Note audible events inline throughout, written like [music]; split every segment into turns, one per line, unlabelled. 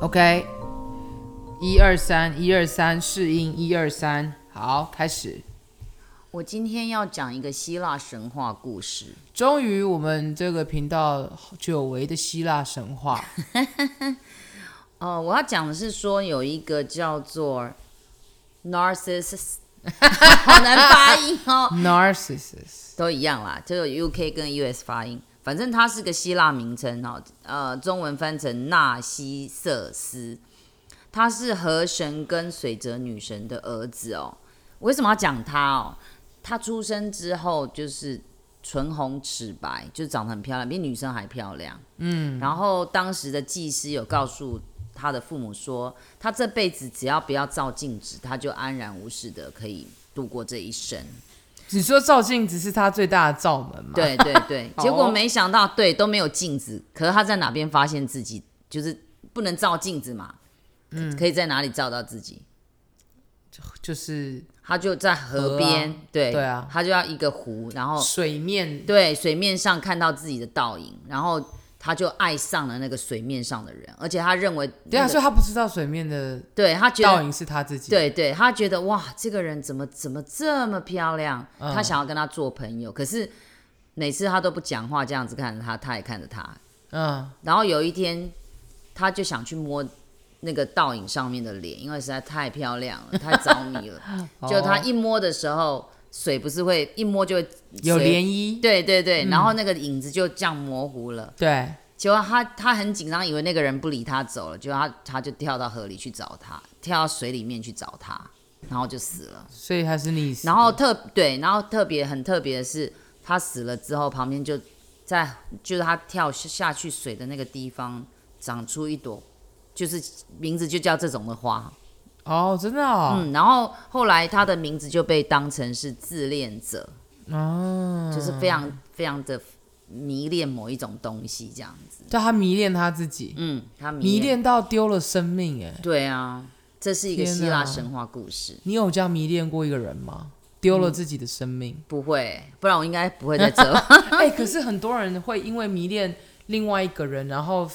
OK，一二三，一二三，试音，一二三，好，开始。
我今天要讲一个希腊神话故事，
终于，我们这个频道久违的希腊神
[laughs]
话，
哦、我要讲的是说有一个叫做 [laughs] Narcissus，好难发音哦，
Narcissus，
都一样啦，就有 UK 跟 US 发音，反正它是个希腊名称哦，呃，中文翻成纳西瑟斯，他是河神跟水泽女神的儿子哦。为什么要讲他哦？他出生之后就是唇红齿白，就长得很漂亮，比女生还漂亮。嗯，然后当时的祭司有告诉他的父母说，他这辈子只要不要照镜子，他就安然无事的可以度过这一生。
只说照镜子是他最大的罩门嘛？，，
对对
[laughs]
对
好哦
结果没想到，对都没有镜子。可是他在哪边发现自己就是不能照镜子嘛？嗯，可以在哪里照到自己？
就是
他就在河边，
河啊
对
对啊
他就要一个湖，然后
水面
哦对水面上看到自己的倒影，然后他就爱上了那个水面上的人，而且他认为、
对
那
啊，
个，
所以他不知道水面的
对他觉
倒
得，
影是他自己。，
对对，他觉得哇，这个人怎么怎么这么漂亮？
嗯
他想要跟他做朋友，可是每次他都不讲话，这样子看着他，他也看着他，
嗯，
然后有一天，他就想去摸那个倒影上面的脸，因为实在太漂亮了，太着迷了。
[laughs]
[laughs] 就
哦
他一摸的时候，水不是会一摸就会
有
水
涟漪，嗯
对对对，然后那个影子就这样模糊了。
对，
结果他他很紧张，以为那个人不理他走了，结果他他就跳到河里去找他，跳到水里面去找他，然后就死了。
所以他是溺死。
然后特对，然后特别很特别的是，他死了之后，旁边就在就是他跳下去水的那个地方长出一朵，就是名字就叫这种的花。
哦，真的哦，
嗯，然后后来他的名字就被当成是自恋者，
哦，
就是非常非常的迷恋某一种东西这样子。
就他迷恋他自己，
嗯，他迷
迷恋到丢了生命，哎，
对啊，这是一个
天
希腊
哪
神话故事。
你有这样迷恋过一个人吗？丢了自己的生命？
不会，不然我应该不会
[laughs]
在这。
哎、可是很多人会因为迷恋另外一个人，然后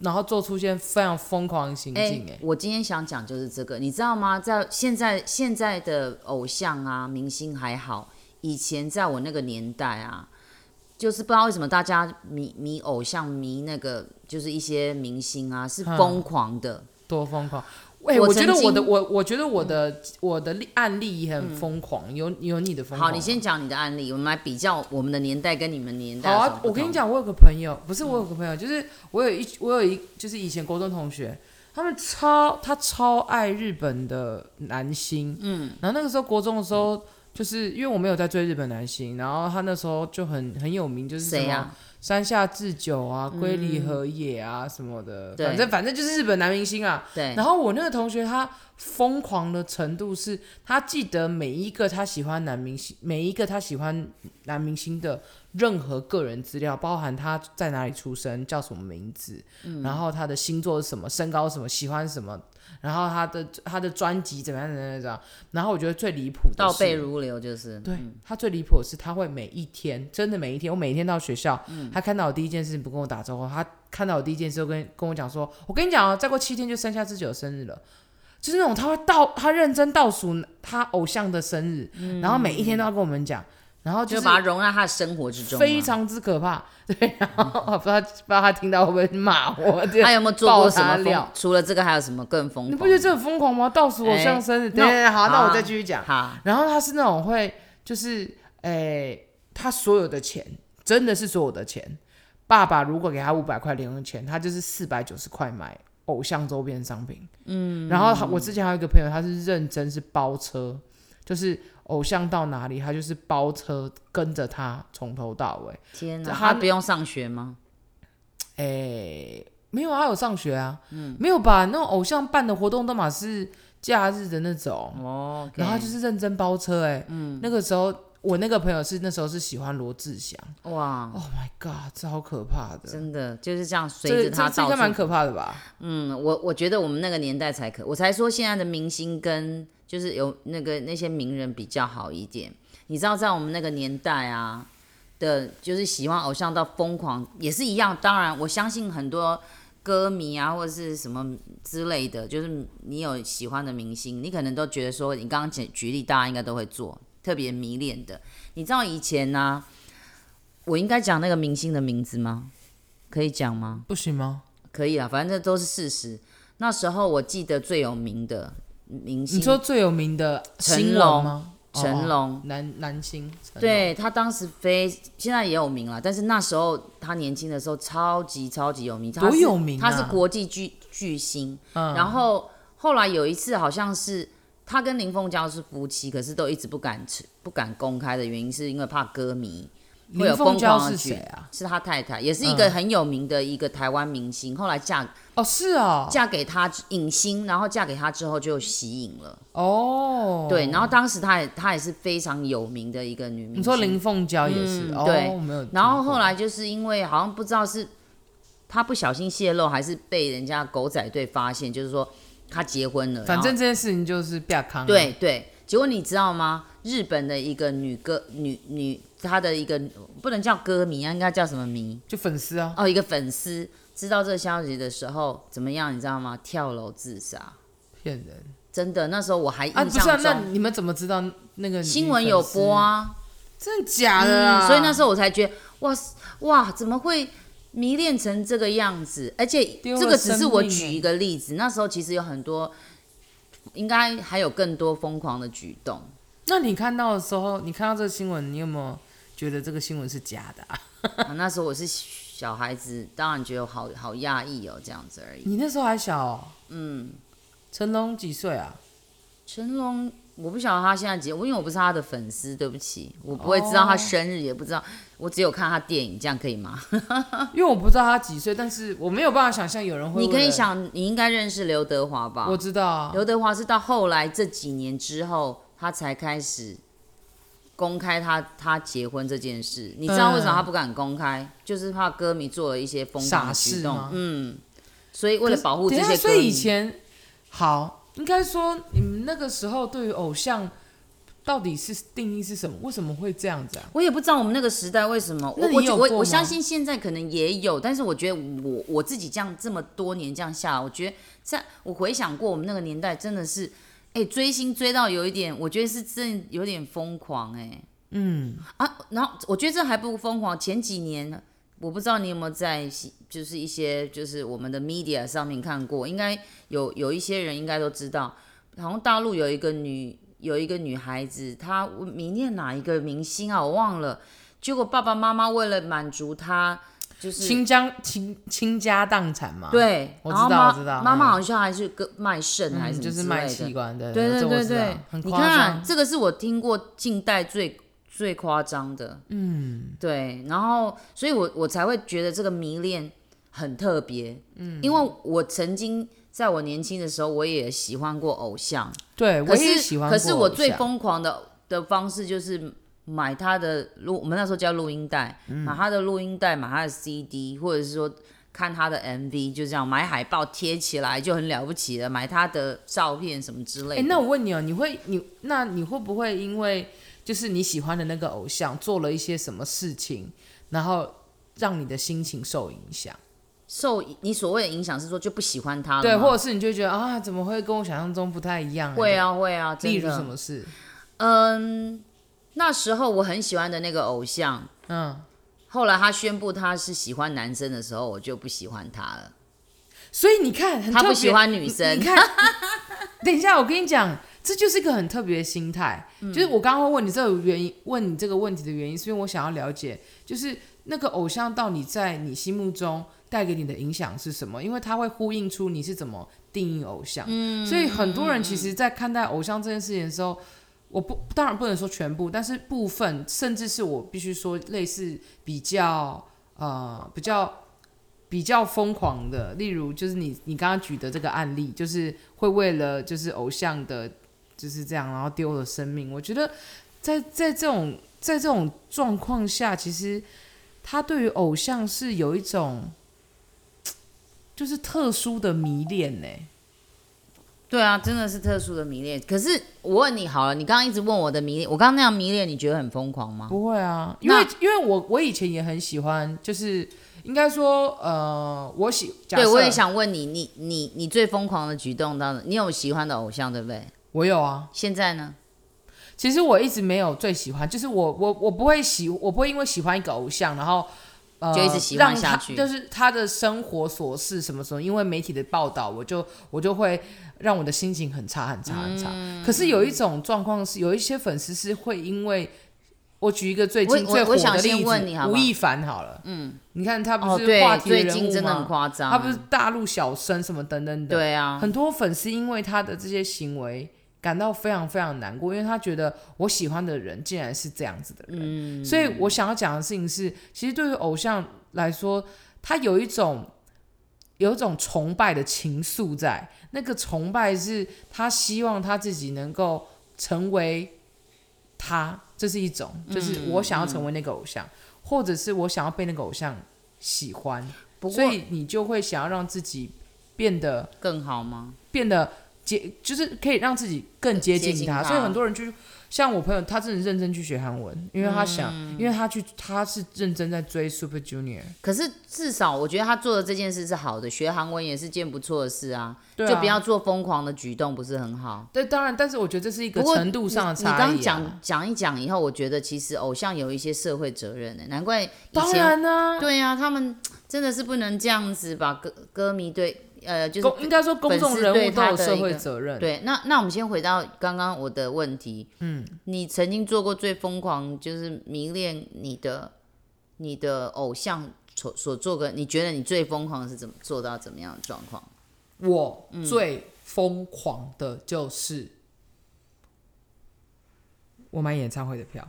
然后做出现非常疯狂的行
哎、
径、哎、
我今天想讲就是这个，你知道吗？在现在现在的偶像啊、明星还好，以前在我那个年代啊，就是不知道为什么大家迷迷偶像、迷那个就是一些明星啊，是
嗯
疯狂的。
多疯狂！哎、
我
我觉得
曾经
我的我我觉得我的、我的例案例也很疯狂，有有你的疯
好，
狂。
你先。讲你的案例，我们来比较我们的年代跟你们年代。
好啊，我跟你，讲，我有个朋友，不是我有个朋
嗯
友，就是我有一我有一就是以前高中同学，他们超他超爱日本的男星，嗯，然后那个时候国中的时候，就是因为我没有在追日本男星，然后他那时候就很很有名，就是什
谁啊
么
呀、
山下智久啊、龟梨和也啊什么的，
对
反正反正就是日本男明星啊。
对，
然后我那个同学他疯狂的程度是，他记得每一个他喜欢男明星，每一个他喜欢男明星的任何个人资料，包含他在哪里出生、叫什么名字，
嗯
然后他的星座是什么、身高是什么、喜欢什么，然后他的他的专辑怎么样怎么样怎么样。然后我觉得最离谱的
倒
是
背如流就是。
对他最离谱的是，他会每一天，真的每一天，我每一天到学校，他看到我第一件事情不跟我打招呼，他看到我第一件事就跟跟我讲说，我跟你讲哦，再过七天就山下智久的生日了。就是那种他会倒，他认真倒数他偶像的生日，然后每一天都要跟我们讲，然后
就是把它融入到他的生活之中、啊。
非，常之可怕。 [laughs] 对，然后不知道不知道他听到会不会骂我，对
他有没有做过
爆
什么
他
疯
料？
除了这个还有什么更疯狂的？
[laughs] 你不觉得这很疯狂吗？倒数偶像生日，对对对，好，哎那我再继续讲。
好？
然后他是那种会，就是诶、他所有的钱真的是所有的钱。爸爸如果给他五百块零用钱，他就是四百九十块买偶像周边商品。嗯，然后他我之前还有一个朋友，他是认真是包车，就是偶像到哪里，他就是包车跟着他从头到尾。
天哪，
他
他不用上学吗？
诶、没有啊，他有上学啊，嗯，没有吧？那种偶像办的活动都嘛是假日的那种，
哦
然后他就是认真包车、哎，嗯，那个时候我那个朋友是那时候是喜欢罗志祥
哇，
，Oh my god，这好可怕的，
真的就是这样随
这
着
这
他
这应
到
该蛮
处。
可怕的吧？
嗯，我我觉得我们那个年代才可，我才说现在的明星跟就是有那个那些名人比较好一点。你知道，在我们那个年代啊的，就是喜欢偶像到疯狂也是一样。当然，我相信很多歌迷啊，或者是什么之类的，就是你有喜欢的明星，你可能都觉得说，你刚刚举举例，大家应该都会做，特别迷恋的。你知道以前呢、啊我应该讲那个明星的名字吗？可以讲吗？
不行吗？
可以啊，反正这都是事实。那时候我记得最有名的明星，
你说最有名的
成
新闻
龙
吗？哦
成龙
哦男男星，成龙，
对他当时非现在也有名了，但是那时候他年轻的时候超级超级有名，他
多
是
有名啊
他是国际巨巨星。
嗯
然后后来有一次好像是他跟林凤娇是夫妻，可是都一直不敢吃不敢公开的原因，是因为怕歌迷会有
林
疯
凤娇
狂
是
的
谁
举。
啊？
是他太太，也是一个
嗯
很有名的一个台湾明星。后来嫁
哦，是哦，
嫁给他影星，然后嫁给他之后就息影了。
哦，
对，然后当时她也她也是非常有名的一个女明星。
你说林凤娇也是，
嗯
哦，
对
我没有听过。
然后后来就是因为好像不知道是他不小心泄露，还是被人家狗仔队发现，就是说他结婚了。
反正
然后
这件事情就是比较康、啊，
对对，结果你知道吗？日本的一个女歌女女，她的一个不能叫歌迷啊，应该叫什么迷？
就粉丝啊，
哦，一个粉丝知道这个消息的时候怎么样？你知道吗？跳楼自杀。
骗人
真的，那时候我还印
啊，
象
不
中、
是啊？那你们怎么知道那个女
新闻有播
粉
啊。
丝？真的假的啊？
嗯所以那时候我才觉得，哇塞哇，怎么会迷恋成这个样子？而且
丢了
这个只是我
生命
举
欸
一个例子，那时候其实有很多，应该还有更多疯狂的举动。
那你看到的时候，你看到这个新闻，你有没有觉得这个新闻是假的、啊？
啊那时候我是小孩子，当然觉得好好讶异哦，这样子而已。
你那时候还小、哦，
嗯，
成龙几岁啊？
成龙。我不晓得他现在结，我因为我不是他的粉丝，对不起，我不会知
哦
道他生日，也不知道，我只有看他电影，这样可
[laughs]
以吗？
因为我不知道他几岁，但是我没有办法想象有人会。
你可以，想，你应该认识刘德华吧？
我知道啊，
刘德华是到后来这几年之后，他才开始公开他他结婚这件事。你知道为什么他不敢公开？就是怕歌迷做了一些疯狂的
傻事
举动
吗，
嗯，所以为了保护这
等一
些
下，
歌
所
迷，
以以前好，应该说你们那个时候对于偶像到底是定义是什么？为什么会这样子啊？
我也不知道我们那个时代为什么，
那
我
你
我
有
我
过
我
吗
相信现在可能也有，但是我觉得我我自己这样这么多年这样下来，我觉得在我回想过我们那个年代真的是，哎、追星追到有一点，我觉得是真的有点疯狂哎、
嗯，
啊，然后我觉得这还不疯狂。前几年，我不知道你有没有在西，就是一些就是我们的 media 上面看过，应该有有一些人应该都知道，好像大陆有一个女有一个女孩子，她迷恋哪一个明星啊，我忘了。结果爸爸妈妈为了满足她，就是
倾家倾倾家荡产嘛，，
对，啊
我
然后
知道
妈
我知道
妈妈
嗯
好像还是个卖肾还
嗯，
是什
就
么
是
之类
卖
的
器官的，
对
这
对
我
对
知道
对，
很
你
夸
看啊
张。
这个是我听过近代最最夸张的，嗯，对，然后所以我我才会觉得这个迷恋很特别，嗯，因为我曾经在我年轻的时候，我也喜欢过偶像，
对，哎我
可
也
是
喜欢过
可
偶像。
是我最疯狂的的方式就是。买他的录，我们那时候叫录音带，
嗯
买他的录音带，买他的 CD，或者是说看他的 MV，就这样买海报贴起来就很了不起了，买他的照片什么之类
哎、
的。
那我问你哦，你会你那你会不会因为就是你喜欢的那个偶像做了一些什么事情，然后让你的心情受影响？
受你所谓的影响是说就不喜欢他了吗，
对，或者是你就会觉得啊，怎么会跟我想象中不太一样、
会，啊会啊，真
例
的
如什？么事？
嗯，那时候我很喜欢的那个偶像，
嗯，
后来他宣布他是喜欢男生的时候，我就不喜欢他了。
所以你看，很
他
特
不喜
别嗯
欢女生
你，看，等一下，我跟你讲，这就是一个很特别的心态。
嗯
就是我刚刚会问你这个原因，问你这个问题的原因，是因为我想要了解，就是那个偶像到底在你心目中带给你的影响是什么？因为它会呼应出你是怎么定义偶像。嗯，所以很多人其实，在看待偶像这件事情的时候。我不当然不能说全部，但是部分甚至是我必须说类似比较呃比较比较疯狂的，例如就是你你刚刚举的这个案例，就是会为了就是偶像的，就是这样，然后丢了生命。我觉得在在这种在这种状况下，其实他对于偶像是有一种嘖就是特殊的迷恋呢、
对啊，真的是特殊的迷恋。可是我问你好了，你刚刚一直问我的迷恋，我刚刚那样迷恋，你觉得很疯狂吗？
不会啊，因
那
为因为我我以前也很喜欢，就是应该说，呃，我喜，假
对，
设
我也，想问你，你你你最疯狂的举动当中，你有喜欢的偶像对不对？
我有啊。
现在呢？
其实我一直没有最喜欢，就是我我我不会喜，我不会因为喜欢一个偶像，然后。呃
就一直喜欢
让
下
他
去
就是他的生活琐事什么什么，因为媒体的报道，我就我就会让我的心情很差很差很差。
嗯
可是有一种状况是，有一些粉丝是会因为我举一个最近
我我
最火
我想
的
先
例
问你
子
好，不
吴
好
亦凡好了，嗯，你看他
哦，
不是
对
话，题
最
人
近
物
真的很
吗
夸张啊，
他不是大陆小生什么等等等，
对啊，
很多粉丝因为他的这些行为感到非常非常难过，因为他觉得我喜欢的人竟然是这样子的人。
嗯
所以我想要讲的事情是，其实对于偶像来说，他有一种。有一种崇拜的情愫在，那个崇拜是他希望他自己能够成为他，这是一种，就是我想要成为那个偶
嗯
像，或者是我想要被那个偶像喜欢，
不
所
过
以你就会想要让自己变得
更好吗？
变得接，就是可以让自己更接
接
近
近
他。
他
所以很多人就像我朋友，他真的认真去学韩文，因为他想，
嗯
因为他去他是认真在追 Super Junior，
可是至少我觉得他做的这件事是好的，学韩文也是件不错的事啊，
对啊
就不要做疯狂的举动，不是很好。
对，当然，但是我觉得这是一个
不过
程度上的
你
差异、啊。
刚刚讲讲一讲以后，我觉得其实偶像有一些社会责任的、难怪以
当
前
然呢、
对啊，他们真的是不能这样子把歌歌迷对呃就是
公应该说公众
粉丝
人
对
物都
他
有
的
社
一
会
个
责任。
对，那那我们先回到刚刚我的问题，嗯，你曾经做过最疯狂，就是迷恋你的你的偶像所所做的，你觉得你最疯狂的是怎么做到怎么样的状况？
我
嗯
最疯狂的就是、我买演唱会的票。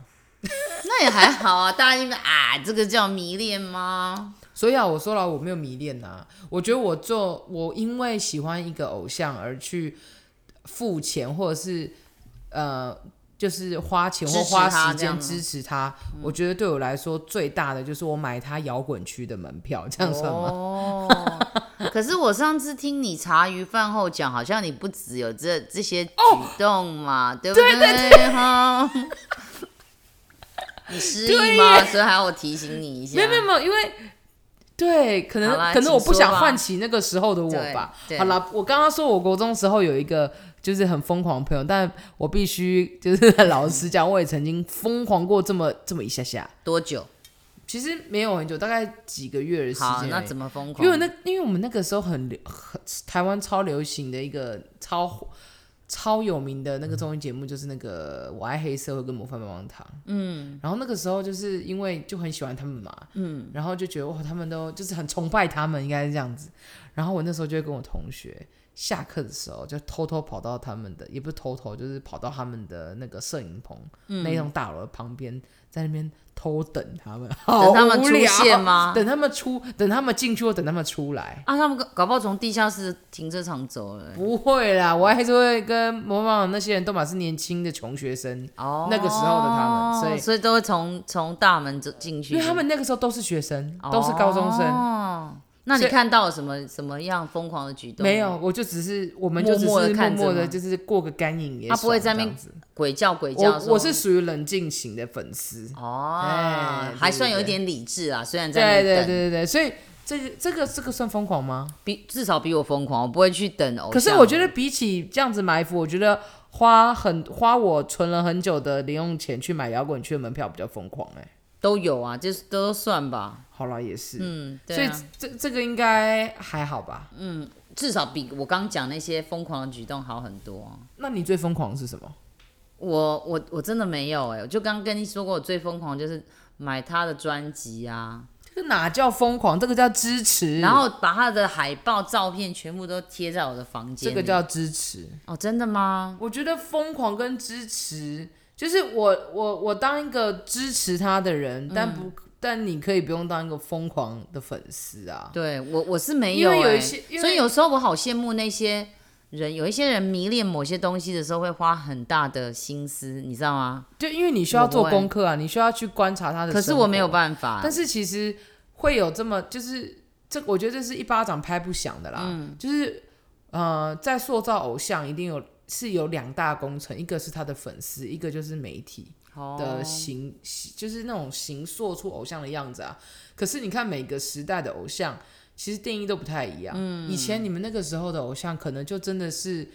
那也还好啊，大家因为啊，这个叫迷恋吗？
所以啊，我说了，我没有迷恋呐、我觉得我做，我因为喜欢一个偶像而去付钱，或者是呃，就是花钱或
支持
花
他
时
这样
间
吗嗯
支持他。我觉得对我来说最大的就是我买他摇滚区的门票，这样算吗？
哦，可是我上次听你茶余饭后讲，好像你不只有这这些举动嘛，
哦
对不对？哈你失忆吗？所以还要我提醒你一下。
没有没有没有，因为对，可
好啦
能可能我
请
不想
说吧
唤起那个时候的我吧
对。对
好啦，我刚刚说我国中时候有一个就是很疯狂的朋友，但我必须就是老实讲，我也曾经疯狂过这么这么一下下。
多久？
其实没有很久，大概几个月的时间
好
而已。，
那怎么疯狂？
因为那因为我们那个时候很流，很台湾超流行的一个超火超有名的那个综艺节目，就是那个《我爱黑社会》跟《模范棒棒糖》。嗯，然后那个时候就是因为就很喜欢他们嘛，嗯，然后就觉得哇，他们都就是很崇拜他们，应该是这样子。然后我那时候就会跟我同学。下课的时候就偷偷跑到他们的，也不是偷偷，就是跑到他们的那个摄影棚、
嗯
那栋大楼的旁边，在那边偷等他们，
等他们
好无
出
聊
现吗？
等他们出，等他们进去，或等他们出来。
啊，他们搞搞不好从地下室停车场走了欸、
不会啦，我还是会跟模仿那些人都嘛是年轻的穷学生，
哦，
那个时候的他们所以
所以都会从从大门走进去，
因为他们那个时候都是学生，都是高中生。
哦，那你
所以
看到了什么什么样疯狂的举动？
没有，，我就只是，我们就只是
默
默
默地看着
默的，
吗
就是过个干瘾也
他
爽。
不会在
这
那边
样子。
鬼叫鬼叫的时
我
候。
我是属于冷静型的粉丝。
哦
哎，对
还算有一
对
点理智啊，虽然在
对
那里
对对
等，
对对，所以这个这个这个算疯狂吗？
比至少比我疯狂，我不会去等偶像。
可是我觉得比起这样子埋伏，我觉得花很花我存了很久的零用钱去买摇滚区的门票比较疯狂哎、
都有啊，就是都算吧。
好了，也是，
嗯，
所
对
以
啊，嗯
这这个应该还好吧？
至少比我刚讲那些疯狂的举动好很多啊、
那你最疯狂的是什么？
我我我真的没有哎、我就刚跟你说过，我最疯狂就是买他的专辑啊，
这个哪叫疯狂？这个叫支持，
然后把他的海报照片全部都贴在我的房间
这
里。
个叫支持。
哦，真的吗？
我觉得疯狂跟支持，就是我我我当一个支持他的人，但不
嗯
但你可以不用当一个疯狂的粉丝啊。
对我我是没有、欸，
因为有一些因为
所以有时候我好羡慕那些人，有一些人迷恋某些东西的时候会花很大的心思，你知道吗？
就因为你需要做
我不会
功课啊，你需要去观察他的。
可是我没有
法。
办法，
但是其实会有这么，就是这，我觉得这是一巴掌拍不响的啦。
嗯
就是呃，在塑造偶像，一定有是有两大工程，一个是他的粉丝，一个就是媒体。
哦
的形，就是那种形塑出偶像的样子啊。可是你看每个时代的偶像，其实定义都不太一样。嗯，以前你们那个时候的偶像，可能就真的是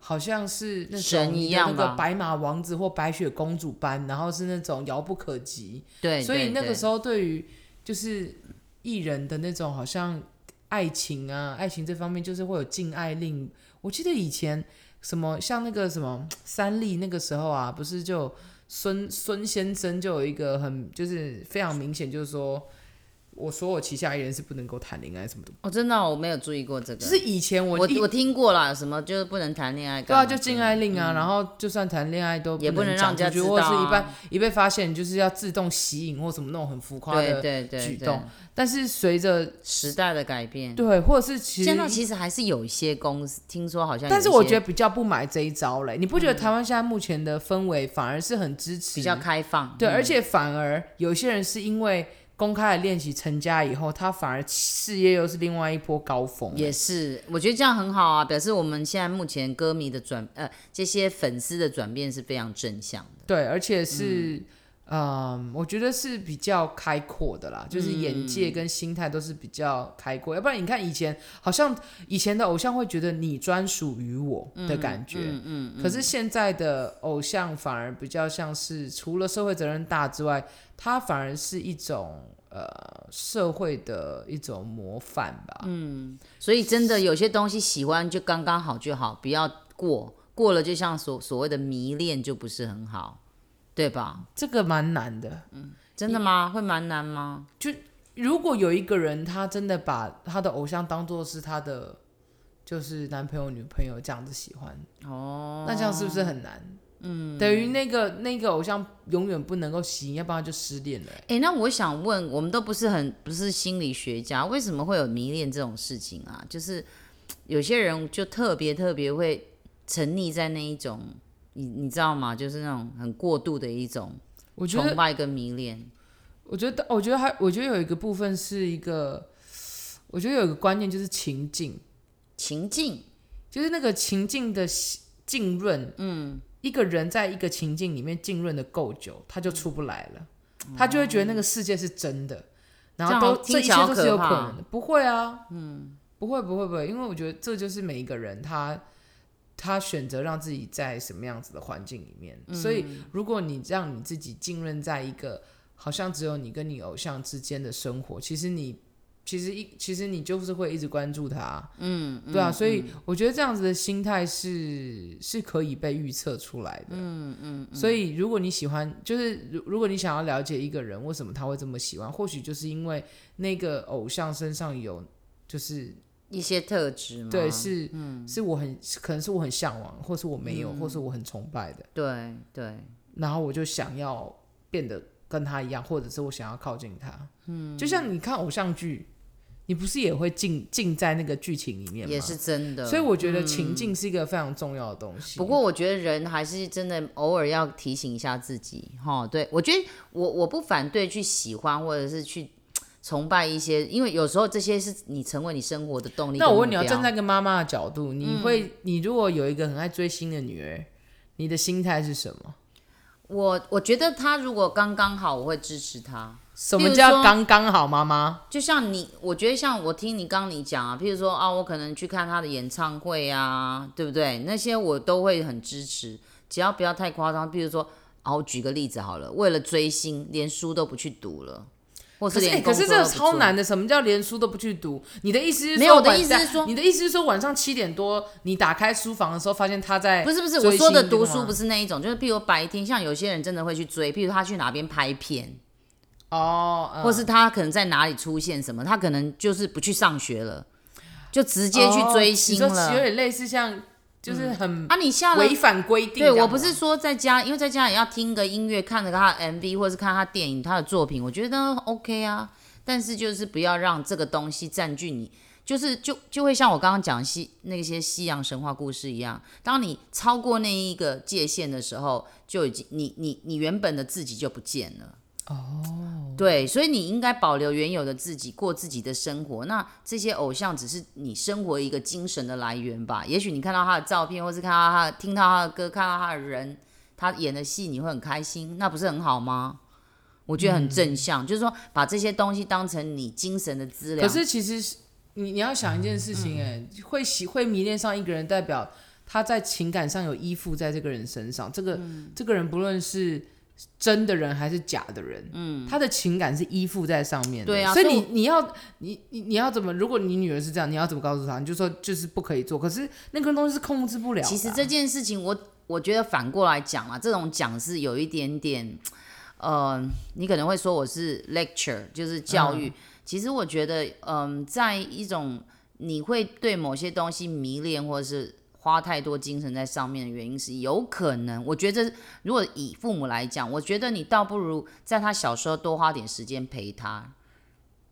好像是那
神
种
一
你的
样
那个
吧
白马王子或白雪公主般，然后是那种遥不可及。
对，
所以那个时
候
候对于就是艺人的那种好像爱情啊，爱情这方面就是会有禁爱令。我记得以前什么像那个什么三立那个时候啊，不是就孙孙先生就有一个很就是非常明显，就是说我所有旗下艺人是不能够谈恋爱什么的。
哦，真的哦、我没有注意过这个，
就是以前我
我
一
我听过啦，什么就是不能谈恋爱
对
干
啊，
嘛，
就禁爱令啊，然后就算谈恋爱都
也不能让
讲出去
人家知
或者是
道
一
啊
般一被发现，就是要自动吸引或什么那种很浮夸
对
的
对对
举
对
动。但是随着
时代的改变，
对，或者是其实
现在其实还是有一些公司，听说好像有一些，
但是我觉
得
得比较不买这一招嘞。你不觉得台湾现在目前的氛围反而是很支持？
嗯比较开放，
对，
嗯
而且反而有些人是因为公开的练习成家以后，他反而事业又是另外一波高峰欸。
也是，我觉得这样很好啊，表示我们现在目前歌迷的转呃这些粉丝的转变是非常正向的，
对，而且是嗯，我觉得是比较开阔的啦，就是眼界跟心态都是比较开阔。要不然你看以前，好像以前的偶像会觉得你专属于我的感觉，嗯嗯可是现在的偶像反而比较像是除了社会责任大之外，它反而是一种呃社会的一种模范吧。
所以真的有些东西喜欢就刚刚好就好，不要过过了，就像所所谓的迷恋就不是很好，对吧？
这个蛮难的。
真的吗？会蛮难吗？
如果有一个人他真的把他的偶像当做是他的就是男朋友、女朋友这样子喜欢，哦，那这样是不是很难？嗯，等于那个那个偶像永远不能够吸引，要不然他就失恋了欸、
诶，那我想问，我们都不是很不是心理学家，为什么会有迷恋这种事情啊？就是嘖有些人就特别特别会沉溺在那一种，你你知道吗？就是那种很过度的一种
我觉
崇
得，
拜跟迷恋。
我觉得，我觉得还，我觉得有一个部分是一个，我觉得有一个观念就是情境，
情境
就是那个情境的洗浸润，嗯，一个人在一个情境里面浸润的够久，他就出不来了，他就会觉得那个世界是真的，然后
嗯这样
都这
听
一
起
切
来好
都是有
可怕
可能的，不会啊，嗯，不会不会不会，因为我觉得这就是每一个人他。他选择让自己在什么样子的环境里面，
嗯
所以如果你让你自己浸润在一个好像只有你跟你偶像之间的生活，其实你其实一其实你就是会一直关注他，嗯，对啊，所以我觉得这样子的心态是是可以被预测出来的，嗯嗯所以如果你喜欢，就是如如果你想要了解一个人为什么他会这么喜欢，或许就是因为那个偶像身上有就是
一些特质吗？
对，是，是我很可能是我很向往，或是我没有，或是我很崇拜的，
对对，
然后我就想要变得跟他一样，或者是我想要靠近他。嗯，就像你看偶像剧，你不是也会浸浸在那个剧情里面吗？
也是真的。嗯
所以我觉得情境是一个非常重要的东西。
不过我觉得人还是真的偶尔要提醒一下自己，哈，对我觉得我我不反对去喜欢或者是去崇拜一些，因为有时候这些是你成为你生活的动力跟
那
目标。嗯
我问你，要哦站在一个妈妈的角度，你会，你如果有一个很爱追星的女儿，你的心态是什么？
我我觉得他如果刚刚好，我会支持他。
什
比
么
如
叫
说
刚刚好妈妈？
就像你，我觉得像我听你刚刚你讲啊，譬如说啊，我可能去看他的演唱会啊，对不对？那些我都会很支持，只要不要太夸张。譬如说，啊，我举个例子好了，为了追星，连书都不去读了，或
可是、
连
欸可是
工作
这
都
个
不
超
做
难的。什么叫连书都不去读？你的意思是
没有
说
我的
晚
意思是
上
说
你的意思是说晚上七点多你打开书房的时候，发现他在
不是不是，
追
我
星
说的
这
读
个吗
书不是那一种，就是譬如白天，像有些人真的会去追，譬如他去哪边拍
嗯
片，
哦，嗯
或是他可能在哪里出现什么，他可能就是不去上学了，就直接去追星
哦你说
了。
有点类似像就是很
啊，你下了
违反规定这
对
样吗、
我不是说在家，因为在家也要听个音乐，看着他的 MV 或是看他电影、他的作品，我觉得 OK 啊。但是就是不要让这个东西占据你，就是就就会像我刚刚讲西那些西洋神话故事一样，当你超过那一个界限的时候，就已经你你你原本的自己就不见了。哦，对，所以你应该保留原有的自己，过自己的生活。那这些偶像只是你生活一个精神的来源吧。也许你看到他的照片，或是看到他的听到他的歌，看到他的人，他演的戏你会很开心，那不是很好吗？我觉得
嗯
很正向，就是说把这些东西当成你精神的资
可
粮。
是其实是你你要想一件事
嗯
情、哎、会喜会迷恋上一个人，代表他在情感上有依附在这个人身上。这个、
嗯
这个人不论是真的人还是假的人，嗯，他的情感是依附在上面的。
对啊
所以
所以
你你要你你你要怎么？如果你女儿是这样，你要怎么告诉她？你就说就是不可以做。可是那个东西是控制不了的啊、
其实这件事情我，我觉得反过来讲啊，这种讲是有一点点，呃，你可能会说我是 lecture，就是教
嗯
育。其实我觉得，嗯、在一种你会对某些东西迷恋，或者是花太多精神在上面的原因是，有可能，我觉得这如果以父母来讲，我觉得你倒不如在他小时候多花点时间陪他。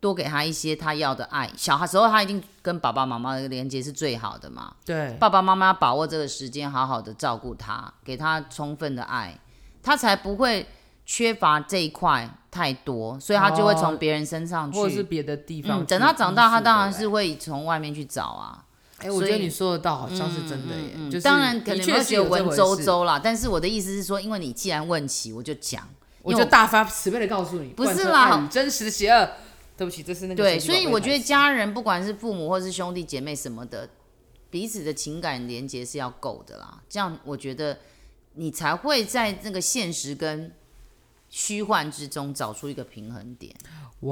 多给他一些他要的爱。小孩时候他一定跟爸爸妈妈的连接是最好的嘛。
对
爸爸妈妈把握这个时间，好好的照顾他，给他充分的爱，他才不会缺乏这一块太多，所以他就会从别人身上去。
或者是别的地方去依附回来、
嗯，等他长大，他当然是会从外面去找啊。
哎、我觉得
所以
你说得到，好像是真的耶。
嗯，
就是
当然可
的
能
确
没有
是
学
有这
文
回
绉
事，
绉啦，但是我的意思是说，因为你既然问起，我就讲。
我
因
就
为我
大发慈悲的告诉你，
不是
贯彻
啦
爱与真实的邪恶。对不起，这是那个神
对，
奇
所以
宝贝
我觉
台
得
词
家人不管是父母或是兄弟姐妹什么的，彼此的情感连接是要够的啦。这样我觉得你才会在那个现实跟虚幻之中找出一个平衡点。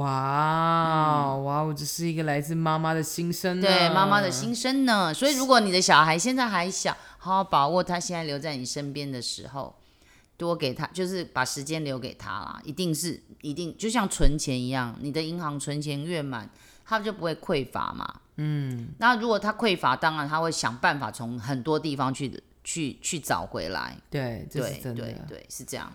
哇、哇哦，这是一个来自妈妈的心声、啊，
对妈妈的心声呢？所以如果你的小孩现在还小，好好把握他现在留在你身边的时候，多给他，就是把时间留给他啦。一定是一定，就像存钱一样，你的银行存钱越满，他就不会匮乏嘛。嗯，那如果他匮乏，当然他会想办法从很多地方去去去找回来。
对，这
对
是真
对
的。
对，是这样。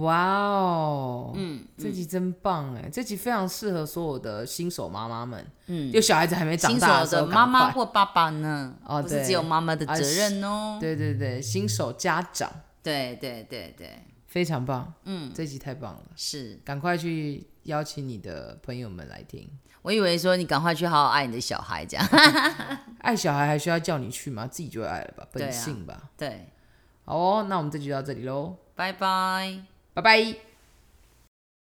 哇哦，嗯，这集真棒哎，这集非常适合所有的新手妈妈们，嗯，就小孩子还没长
新
大
手
时候，
的妈妈或爸爸呢？
哦
不是只
对
有妈妈的
啊
责
是
任哦。
对对对，新手家长
对对对对，
非常棒，嗯，这集太棒了，
是。
赶快去邀请你的朋友们来听。
我以为说你赶快去好好爱你的小孩，这样 [laughs]
爱小孩还需要叫你去吗？自己就会爱了吧，
对啊
本性吧。
对，
好哦，那我们这集就到这里喽，
拜拜。
拜拜。